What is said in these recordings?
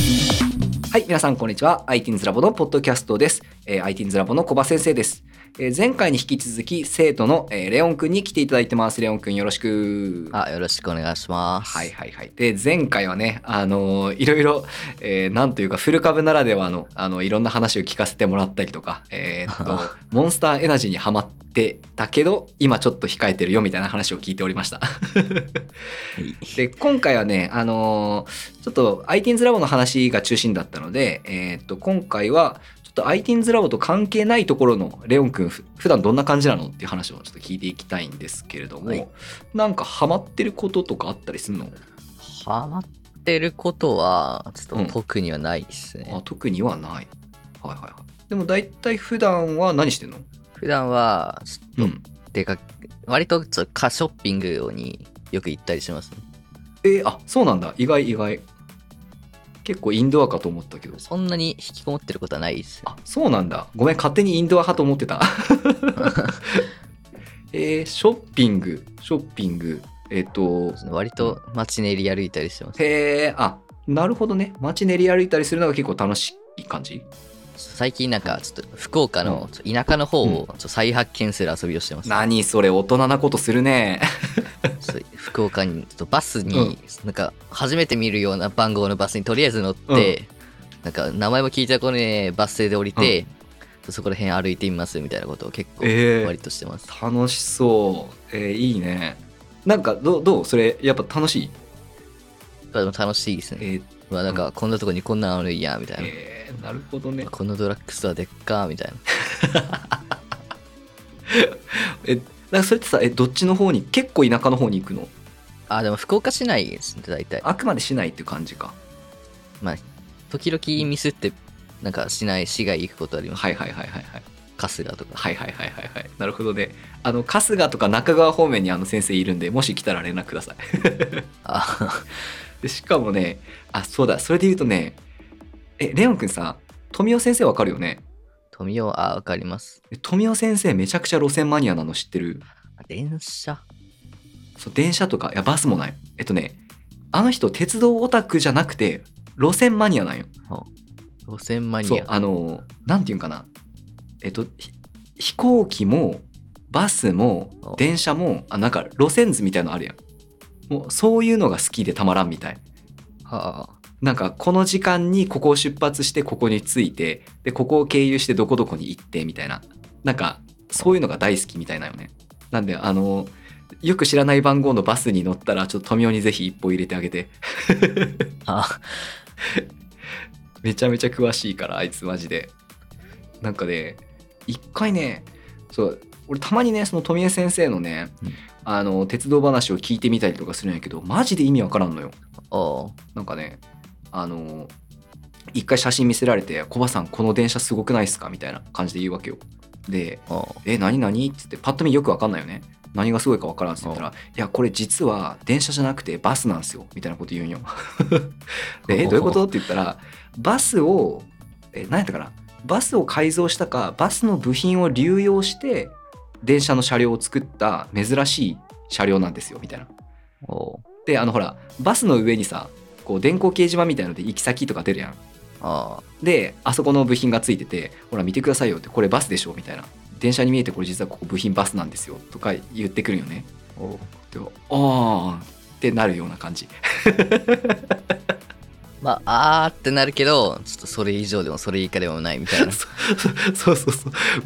はい、皆さんこんにちは。IT's ラボのポッドキャストです。えー、IT's ラボの小葉先生です。えー前回に引き続き生徒の、えーレオンくんに来ていただいてます。レオンくんよろしく。あ、よろしくお願いします。はい。はいはい。で、前回はね、あのーいろいろ、えーなんというか、フル株ならではの、あの、いろんな話を聞かせてもらったりとか、えーっ と、モンスターエナジーにハマってたけど、今ちょっと控えてるよみたいな話を聞いておりました。 で、今回はね、あのーちょっと ITINS ラボの話が中心だったので、えーっと、今回は、ちょっと ITINS ラボと関係ないところのレオン君ふ普段どんな感じなのっていう話をちょっと聞いていきたいんですけれども、はいなんかハマってることとかあったりするのハマってることは、ちょうっんと特にはないですね。あ特にはない。はいはいはい。でも大体普段は何してんの普段は、ちうょっん。と出かけ、割とちょっとカーショッピングによく行ったりします、ね。えーあそうなんだ。意外意外。結構インドアかと思ったけど。そんなに引きこもってることはないです、ね。あそうなんだ。ごめん、勝手にインドア派と思って た。えーショッピング、ショッピング、えっ、と、割と街練り歩いたりしてます。へえ、あなるほどね。街練り歩いたりするのが結構楽しい感じ最近なんか、ちょっと福岡のちょっと田舎の方をちょっと再発見する遊びをしてます。何それ、大人なことするね。ちょっと福岡にちょっとバスに、うんなんか初めて見るような番号のバスにとりあえず乗って、なんか名前も聞いたこねバス停で降りて、そこら辺歩いてみますみたいなことを結構 ええ割としてます、楽しそう。えーいいね。なんか、どうどうそれ、やっぱ楽しいまあでも楽しいですえね、ーまあなんかこんなとこにこんなのあるんやみたいな、えーなるほどね。このドラッグストアでっかみたいなえ、だからそれってさ、え、どっちの方に、結構田舎の方に行くのあでも福岡市内ですね大体あくまで市内っていう感じか。まあ時々ミスってなんか市内市外行くことありますはいはいはいはいはい。春日とかはいはいはいはいはい。なるほどね。あの、春日とか中川方面にあの先生いるんで、もし来たら連絡ください。 あで、しかもね、あ、そうだ、それで言うとね、え、レオンくんさ、富尾先生わかるよね富雄あわかりますで富尾先生めちゃくちゃ路線マニアなの知ってる電車そう電車とかいやバスもないえっとねあの人鉄道オタクじゃなくて路線マニアなんよ路線マニそうアあのなんていうんかなえっとひ飛行機もバスもお電車もあなんか路線図みたいのあるやんもうそういうのが好きでたまらんみたいはあなんかこの時間にここを出発してここに着いてでここを経由してどこどこに行ってみたいななんかそういうのが大好きみたいなよねなんであのよく知らない番号のバスに乗ったらちょっと富雄にぜひ一歩入れてあげてあめちゃめちゃ詳しいからあいつマジでなんかね一回ねそう俺たまにねその富江先生のね、うんあの鉄道話を聞いてみたりとかするんやけどマジで意味わからんのよおうなんかねあの一回写真見せられて「コバさんこの電車すごくないっすか?」みたいな感じで言うわけよでおう「え何何?」っつってパッと見よくわかんないよね何がすごいかわからんっつって言ったら「いやこれ実は電車じゃなくてバスなんすよ」みたいなこと言 うんよで「えどういうこと?」って言ったらバスをえ何やったかなバスを改造したかバスの部品を流用して電車の車両を作った珍しい車両なんですよみたいなおうであのほらバスの上にさこう電光掲示板みたいので行き先とか出るやんあであそこの部品がついててほら見てくださいよってこれバスでしょみたいな電車に見えてこれ実はここ部品バスなんですよとか言ってくるよねあおうでああーってなるような感じ まああーってなるけどちょっとそれ以上でもそれ以下でもないみたいなそうそうそう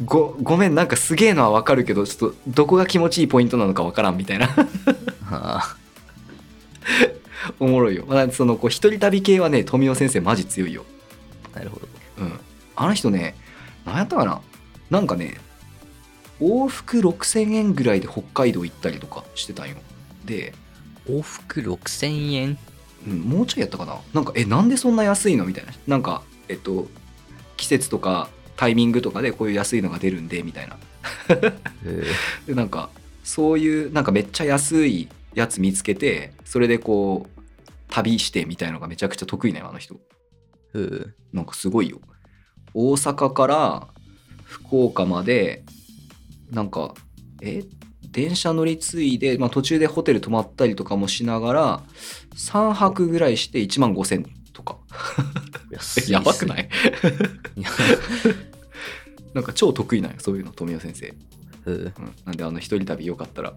ごごめんなんかすげえのはわかるけどちょっとどこが気持ちいいポイントなのかわからんみたいな あおもろいよ、まあ、そのこう一人旅系はね富雄先生マジ強いよーなるほどうん、あの人ね何やったかななんかね往復6,000円ぐらいで北海道行ったりとかしてたんよで、往復6000円うん、もうちょいやったかななんかえなんでそんな安いのみたいななんかえっと季節とかタイミングとかでこういう安いのが出るんでみたいなえでなんかそういうなんかめっちゃ安いやつ見つけてそれでこう旅してみたいのがめちゃくちゃ得意なよあの人えーなんかすごいよ。大阪から福岡まで、なんか、え電車乗り継いで、まあ、途中でホテル泊まったりとかもしながら、3泊ぐらいして1万5千とか。安いっ すやばくないいやなんか超得意なんよそういうの富谷先生、うんうん、なんであの一人旅よかったら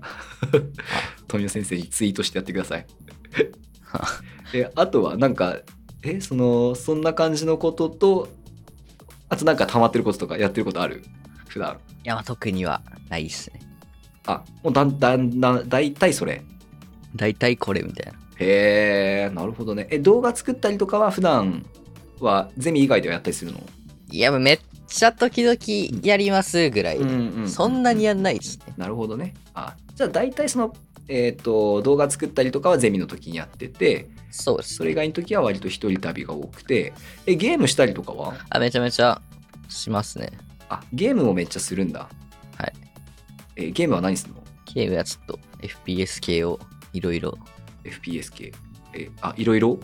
富谷先生にツイートしてやってください であとはなんかえそのそんな感じのこととあとなんか溜まってることとかやってることある普段いやまあ特にはないっすねあもうだんだんだん大体それ大体これみたいなへえなるほどねえ動画作ったりとかは普段はゼミ以外ではやったりするのいやもうめっちゃ時々やりますぐらい、そんなにやんないっすねなるほどねあじゃあ大体そのえっ、と動画作ったりとかはゼミの時にやっててそうですそれ以外の時は割と一人旅が多くてえゲームしたりとかはあめちゃめちゃしますねあゲームもめっちゃするんだはいえゲームは何するのゲームはちょっと FPS 系をいろいろ FPS 系えあいろいろ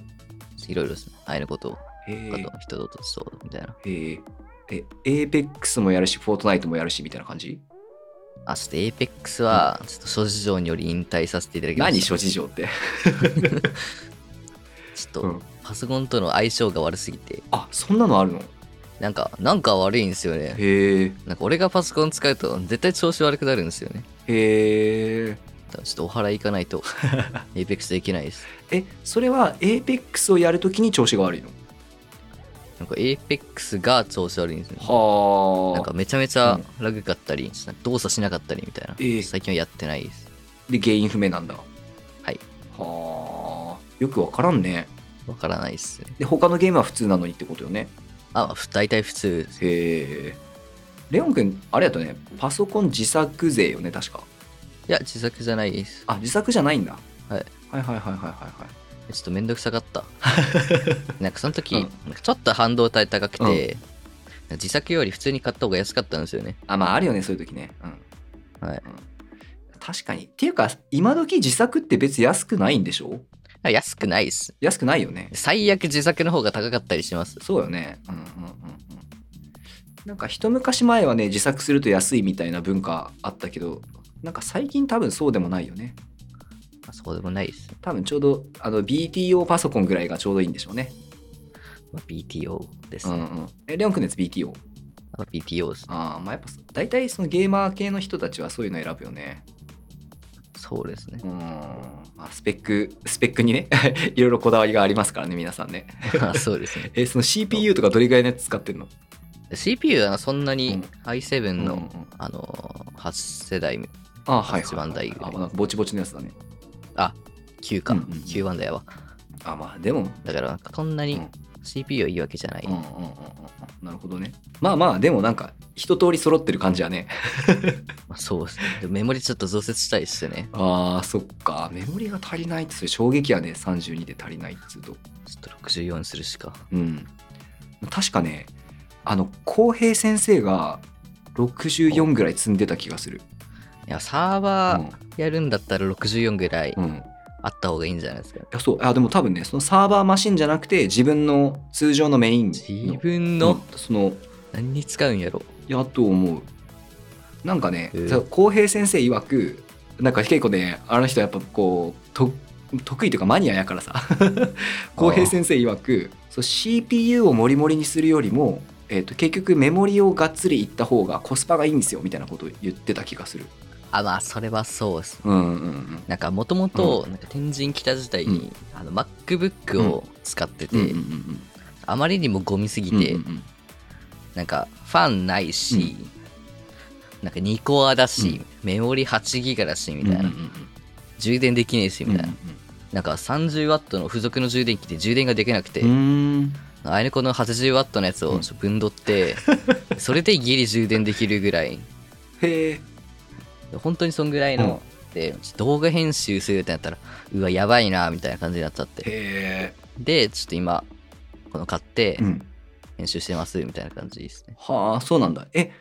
いろいろですね愛のことをへあーと人とそうみたいなえーえエーペックスもやるしフォートナイトもやるしみたいな感じあちょっと APEX はちょっと諸事情により引退させていただきま何した諸事情ってちょっうとんパソコンとの相性が悪すぎてあそんなのあるのなんかなんか悪いんですよねへえなんか俺がパソコン使うと絶対調子悪くなるんですよねへえだからちょっとお払い行かないと APEX できないですえそれはエーペックスをやるときに調子が悪いのなんか APEX が調子悪いんですねはあなんかめちゃめちゃラグかったり、動作しなかったりみたいな、ええ最近はやってないですで原因不明なんだはいはあよくわからんねわからないですねで他のゲームは普通なのにってことよねあまあふ大体普通ですへえレオン君あれやとねパソコン自作勢よね確かいや自作じゃないですあ自作じゃないんだ、はいはいはいはいはいはいちょっとめんどくさかった なんかその時、うんなんかちょっと半導体高くて、自作より普通に買った方が安かったんですよねあまああるよねそういう時ねうんはい確かにっていうか今時自作って別に安くないんでしょあ安くないです安くないよね最悪自作の方が高かったりしますそうよね。うんうんうんうん。なんか一昔前はね自作すると安いみたいな文化あったけどなんか最近多分そうでもないよねあそうでもないです、多分ちょうどあの BTO パソコンぐらいがちょうどいいんでしょうねまあ、BTO ですうね、んうんえレオンくんのやつ BTO まあ BTO ですねああまあやっぱそ大体そのゲーマー系の人たちはそういうの選ぶよねそうですね うん、まあ、スペックスペックにね いろいろこだわりがありますからね皆さんねあそうですねえその CPU とかどれぐらいのやつ使ってんの CPU はそんなうんに i7 の、うんうんあのー、8世代目ああはい一番台あまあなんかぼちぼちのやつだねあ9か、うんうんうん9番だよあまあでもだからなんかそんなうにん CPU はいいわけじゃない、うんうんうんうんうんなるほどねまあまあでもなんか一通り揃ってる感じはねまあ、そうですねでもメモリちょっと増設したいですねあーそっかメモリが足りないってそれ衝撃やね32で足りないっつうとちょっと64にするしかうん確かねあの浩平先生が64ぐらい積んでた気がするいやサーバーやるんだったら64ぐらいうん、うん、いあった方がいいんじゃないですか、やそうあでも多分ねそのサーバーマシンじゃなくて自分の通常のメインの自分のうんその何に使うんやろやと思うなんかねえーそう浩平先生曰くなんか結構ねあの人やっぱこうと得意というかマニアやから さ浩平先生曰くそう CPU をモリモリにするよりも、えー、と結局メモリをがっつりいった方がコスパがいいんですよみたいなことを言ってた気がするあまあそれはそうですねうんうんうんなんかもともとなんか天神北時代に、あの MacBook を使ってて、うんうんうんあまりにもゴミすぎうんうて、んうんなんかファンないし、なんか2コアだし、メモリ8ギガだしみたいな、うんうんうん充電できねえしうんみたいな、なんか30ワットの付属の充電器で充電ができなくて、うんうんうーんあいのこの80ワットのやつをちょっとぶんど って、それでギリ充電できるぐらいへえ本当にそんぐらいの、でちょっと動画編集するってなったらうわやばいなみたいな感じになっちゃってへでちょっと今この買ってえ、うん、編集してますみたいな感じですねはあそうなんだえ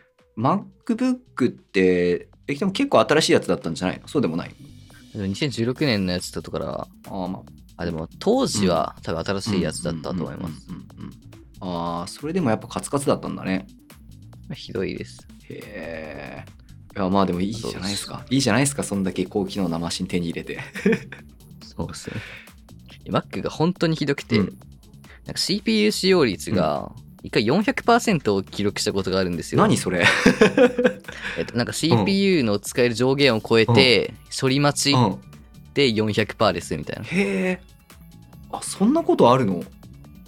MacBook ってえでも結構新しいやつだったんじゃないのそうでもないでも2016年のやつだったからあー、まあ、あでも当時は多分新しいやつだったと思います。うんうんうんうん。ああ、それでもやっぱカツカツだったんだね。ひどいです。へえ。いや、まあでもいいじゃないですか。いいじゃないですか、そんだけ高機能なマシン手に入れて。そうですね。Mac が本当にひどくて、うんなんか CPU 使用率が、一回400%を記録したことがあるんですよ。何それえっと、なんか CPU の使える上限を超えて、処理待ちうん、で400%ですみたいな。へえあそんなことあるの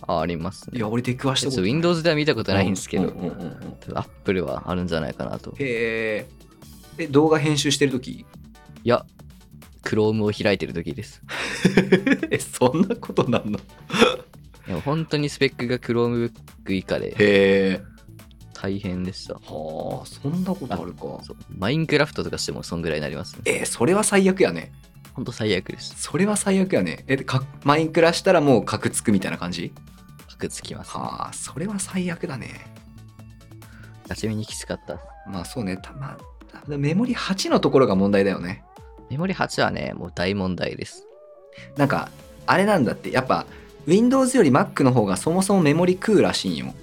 あありますいね。や俺出くわしたことない Windows では見たことないんですけうどう、んうんうんアップルはあるんじゃないかなと。へええ動画編集してる時 いや、Chrome を開いてる時です。えそんなことなんのでも本当にスペックが Chromebook 以下でへえ大変でした。はあそんなことあるかそうマインクラフトとかしてもそんぐらいになりますね。えそれは最悪やね本当最悪です。それは最悪やねえでかマインクラしたらもう格つくみたいな感じパクつきます、ね。はあそれは最悪だねガチめにきつかった。まあそうねたまたメモリ8のところが問題だよねメモリ8はね、もう大問題です。なんかあれなんだってやっぱ Windows より Mac の方がそもそもメモリ食うらしいんよ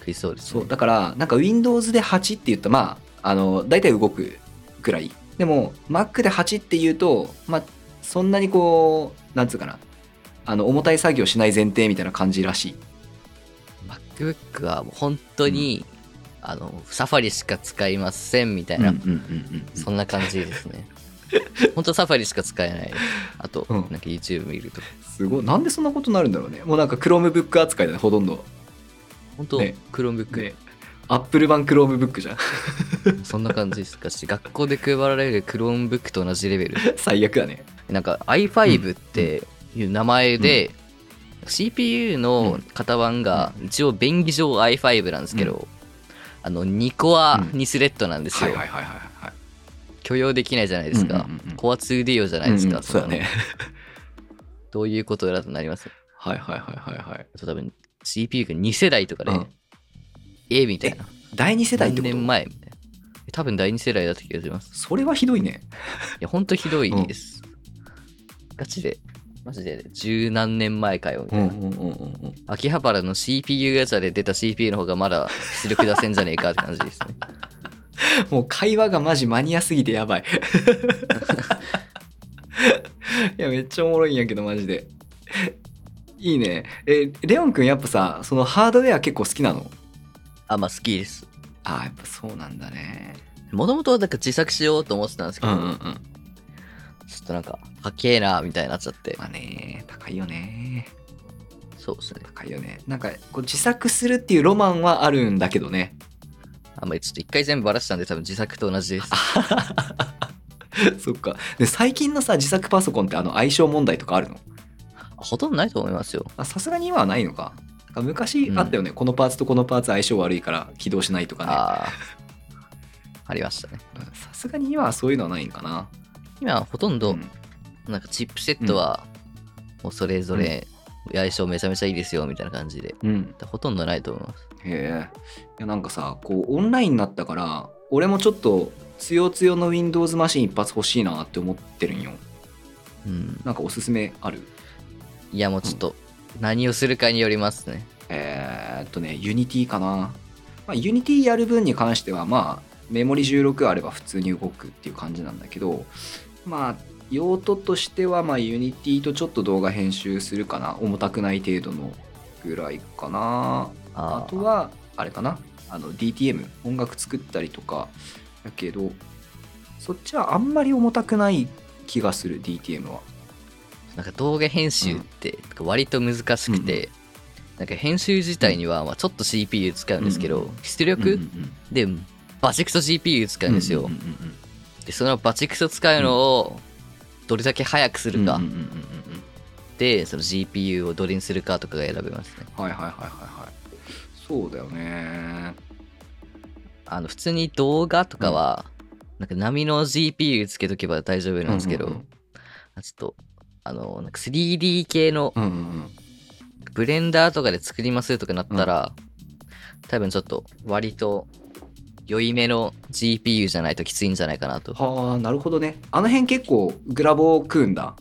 食いそうです、そね。うだからなんか Windows で8って言ったらまああの大体動くくらいでも Mac で8って言うとまあそんなにこうなんつうかなあの重たい作業しない前提みたいな感じらしい MacBook はもう本当に、あの、サファリしか使いませんみたいな、そんな感じで すね。本当サファリしか使えない。あと、うんなんか YouTube 見ると。すごいなんでそんなことになるんだろうねもうなんか Chromebook 扱いだねほとんど本当、ね Chromebook、で Apple 版 Chromebook じゃん そんな感じですかし、学校で配られる Chromebook と同じレベル。 最悪だねなんか i5 っていう名前で、CPU の型番が一応便宜上 i5 なんですけど、あの2コアうん2スレッドなんですよ、いはいはい許容できないじゃないですか、うんうんうんうんコア 2D 用じゃないですか、うんうんそうだねのどういうことだとなりますはいはいはいはいはいあと多分 CPU が2世代とかで、うんえみたいな第二世代って何こと年前みたいな多分第2世代だった気がしますそれはひどいねいやほんとひどいです、ガチでマジで十何年前かよみたいな、うんうんうん秋葉原の CPU ガチャで出た CPU の方がまだ出力出せんじゃねえかって感じですね。もう会話がマジマニアすぎてやば い。いや、めっちゃおもろいんやけど、マジで。いいね。え、レオンくんやっぱさ、そのハードウェア結構好きなの あ、まあ好きです。ああ、やっぱそうなんだね。もともとなんか自作しようと思ってたんですけうど、んうんうん。ちょっとなんか、かっけえなみたいになっちゃって。まあね、高いよね。そうですね。高いよね。なんか、こう自作するっていうロマンはあるんだけどね。 あんまりちょっと一回全部バラしたんで多分自作と同じです。そっか。で、最近のさ、自作パソコンってあの相性問題とかあるのほとんどないと思いますよ。あさすがに今はないのか。なんか昔あったよね、このパーツとこのパーツ相性悪いから起動しないとかね。ああ。ありましたね。さすがに今はそういうのはないんかな。今はほとんど、んなんかチップセットは、もうそれぞれ、相性めちゃめちゃいいですよみたいな感じで。うん、ほとんどないと思います。へえ。いやなんかさこうオンラインになったから俺もちょっとつよつよの Windows マシン一発欲しいなって思ってるんよ。うん。なんかおすすめあるいやもうちょっと、何をするかによりますね。えー、っとね Unity かな。まあ、Unity やる分に関してはまあメモリ16あれば普通に動くっていう感じなんだけどまあ用途としてはまあ Unity とちょっと動画編集するかな重たくない程度のぐらいかなああとはあれかなあの DTM 音楽作ったりとかやけどそっちはあんまり重たくない気がする DTM はなんか動画編集って割と難しくて、なんか編集自体にはまあちょっと CPU 使うんですけど、うん出う力んうんでバチクソ GPU 使ううんんですよ、うんうんうんでそのバチクソ使うのをどれだけ早くするか、うんうんうんうんうんでその GPU をどれにするかとかが選べますねはいはいはいはいはいそうだよねあの普通に動画とかは、なんか波の GPU つけとけば大丈夫なんですけど、うんあちょっとあのなんか 3D 系のうんうんブレンダーとかで作りますとかなったら、多分ちょっと割と良いめの GPU じゃないときついんじゃないかなと。はあなるほどねあの辺結構グラボを食うんだ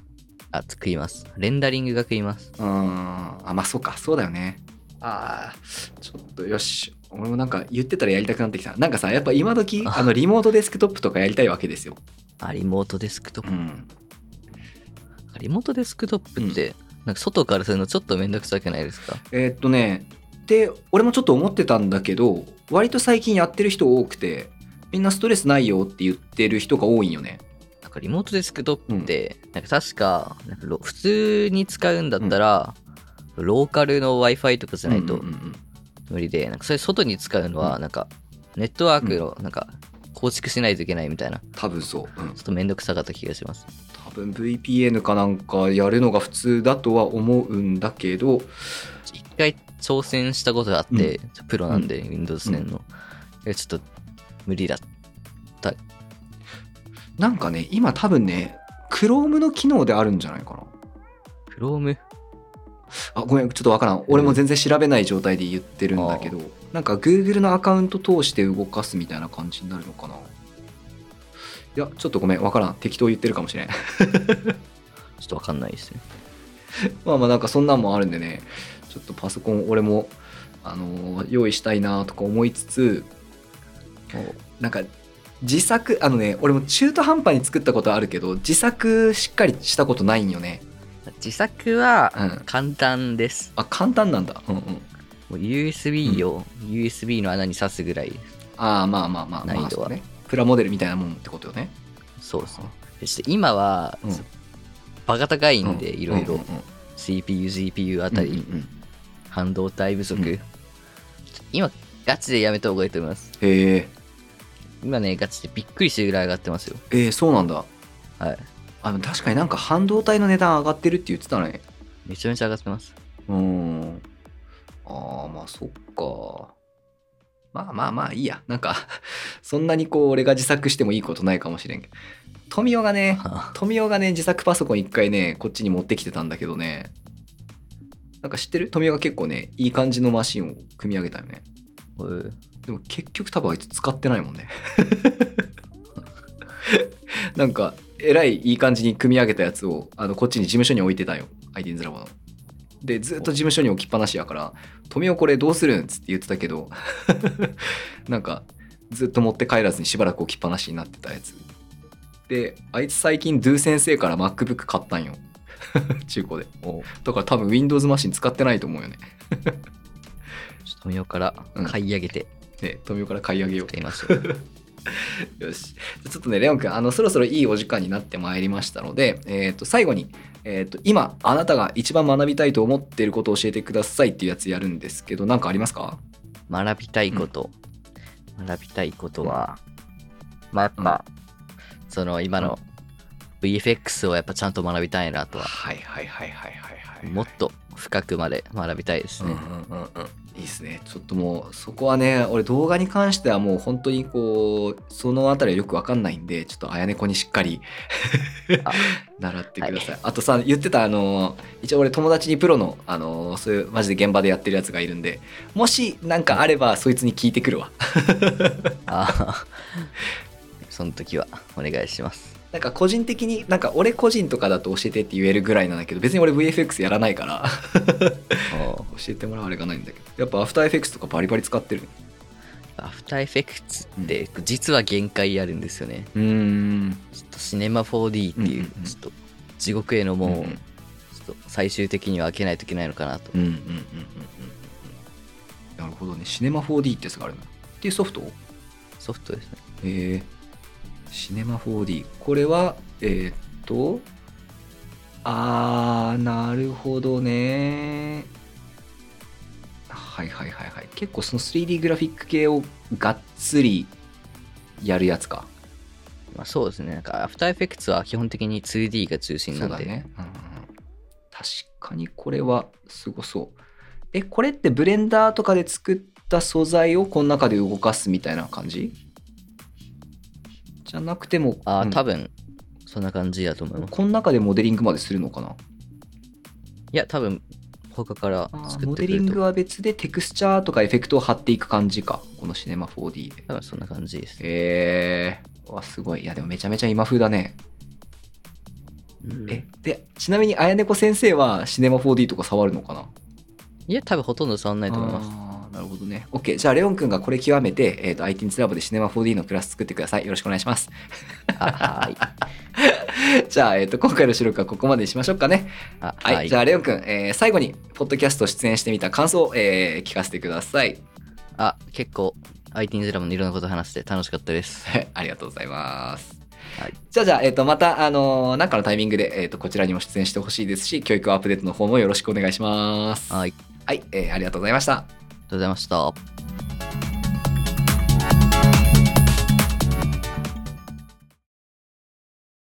あ、食います。レンダリングが食います。うーんあまあそうかそうだよねあーちょっとよし俺もなんか言ってたらやりたくなってきたなんかさやっぱ今時ああのリモートデスクトップとかやりたいわけですよ、あ、リモートデスクトッうプ。ん、リモートデスクトップって、なんか外からするのちょっとめんどくさくないですかえーっとねで俺もちょっと思ってたんだけど割と最近やってる人多くてみんなストレスないよって言ってる人が多いんよね。なんかリモートデスクトップって、なんか確か、なんかろ普通に使うんだったら、ローカルの Wi-Fi とかじゃないとうんうんうん無理で、なんかそれ外に使うのうは、んなんか、ネットワークの、なんか、構築しないといけないみたいな、ちょ多分そう、うんっとめんどくさかった気がします。多分 VPN かなんかやるのが普通だとは思うんだけど一回挑戦したことがあって、プロなんで、Windows 10の。えちょっと、無理だ。なんかね今多分ね Chrome の機能であるんじゃないかな Chrome? あごめんちょっとわからん俺も全然調べない状態で言ってるんだけど、なんか Google のアカウント通して動かすみたいな感じになるのかないやちょっとごめんわからん適当言ってるかもしれん ちょっとわかんないですね。まあまあなんかそんなんもあるんでねちょっとパソコン俺も、あのー用意したいなとか思いつつなんか自作あのね俺も中途半端に作ったことはあるけど自作しっかりしたことないんよね自作はうん簡単です。あ簡単なんだうんうんもう USB を USB の穴に刺すぐらい。ああまあまあまあまあ難易度はそうねプラモデルみたいなもんってことよねそうですね。でちょっと今は、うんバカ高いんで、いろいうんろうんうん CPU、GPU あたり、うんうんうん半導体不足、うんちょっと今、ガチでやめた方がいいと思います。へえ今ね、ガチでびっくりしてるぐらい上がってますよ。えー、そうなんだはい。あの確かになんか半導体の値段上がってるって言ってたねめちゃめちゃ上がっ てます。うーんああまあそっかまあまあまあいいやなんか そんなにこう俺が自作してもいいことないかもしれんけど富雄がねはあ富雄がね自作パソコン一回ねこっちに持ってきてたんだけどねなんか知ってる富雄が結構ねいい感じのマシンを組み上げたよねうんでも結局多分あいつ使ってないもんね なんかえらいいい感じに組み上げたやつをあのこっちに事務所に置いてたよ IT ズラボのでずっと事務所に置きっぱなしやから「富雄これどうするん?」っつって言ってたけど なんかずっと持って帰らずにしばらく置きっぱなしになってたやつであいつ最近ドゥ先生から MacBook 買ったんよ 中古でおちょだから多分 Windows マシン使ってないと思うよねっと富岡からうん買い上げてね富雄から買い上げよう買いました。よし。ちょっとね、レオン君、あの、そろそろいいお時間になってまいりましたので、えっ、と、最後に、えっ、と、今、あなたが一番学びたいと思っていることを教えてくださいっていうやつやるんですけど、なんかありますか学びたいこと、学びたいことは、まあやっぱ、その今の VFX をやっぱちゃんと学びたいなとは、はいはいはいはいはいもっと深くまで学びたいですうんうね。んうんうん。いいですね。ちょっともう、そこはね、俺動画に関してはもう本当にこう、そのあたりはよくわかんないんで、ちょっとあやねこにしっかりあ習ってください。あとさ、言ってた、あの、一応俺友達にプロの、あの、そういうマジで現場でやってるやつがいるんで、もしなんかあれば、そいつに聞いてくるわ。 あーその時はお願いします。なんか個人的に、なんか俺個人とかだと教えてって言えるぐらいなんだけど、別に俺 VFX やらないから、 おー教えてもらうあれがないんだけど、やっぱアフターエフェクスとかバリバリ使ってるね。アフターエフェクツって実は限界あるんですよね。うーん。ちょっとシネマ 4D っていうんううんう、んちょっと地獄へのもう門んを、ちょっと最終的には開けないといけないのかなと。うんうんうんうんうんなるほどねシネマ 4D ってやつがあるんだっていうソフトソフトですね。えー、シネマ 4D これはえーっとあーなるほどねはいはいはいはい結構その 3D グラフィック系をがっつりやるやつかまあ、そうですね。なんか、アフターエフェクツは基本的に 2D が中心なんで、そうだね、うんうんうん、確かにこれはすごそうえこれってブレンダーとかで作った素材をこの中で動かすみたいな感じじゃなくてもああ、うん多分、そんな感じだと思います。この中でモデリングまでするのかないや、多分、他からあー作モっデてくリるンとグ思う。は別でテクスチャーとかエフェクトを貼っていく感じかこのシネマ 4D で多分そんな感じです。えー、うわすごいいやでもめちゃめちゃ今風だね、うんえでちなみにあやねこ先生はシネマ 4D とか触るのかないや、多分ほとんど触んないと思います。あーなるほどね。OK。じゃあ、レオン君がこれ極めて、えっ、と、ITINS ラボでシネマ 4D のクラス作ってください。よろしくお願いします。あはい。 じゃあ、えっ、と、今回の収録はここまでにしましょうかね。あはい、じゃあレオンくん、えー最後にポッドキャスト出演してみた感想を、えー聞かせてください。あ、結構、IT インズラムのいろんなこと話して楽しかったです。 ありがとうございます。はいじゃあじゃあ、えっ、と、また、あのーなんかのタイミングで、えっ、と、こちらにも出演してほしいですし、教育アップデートの方もよろしくお願いします。はい、ありがとうはい、えーありがとうございました。ございました。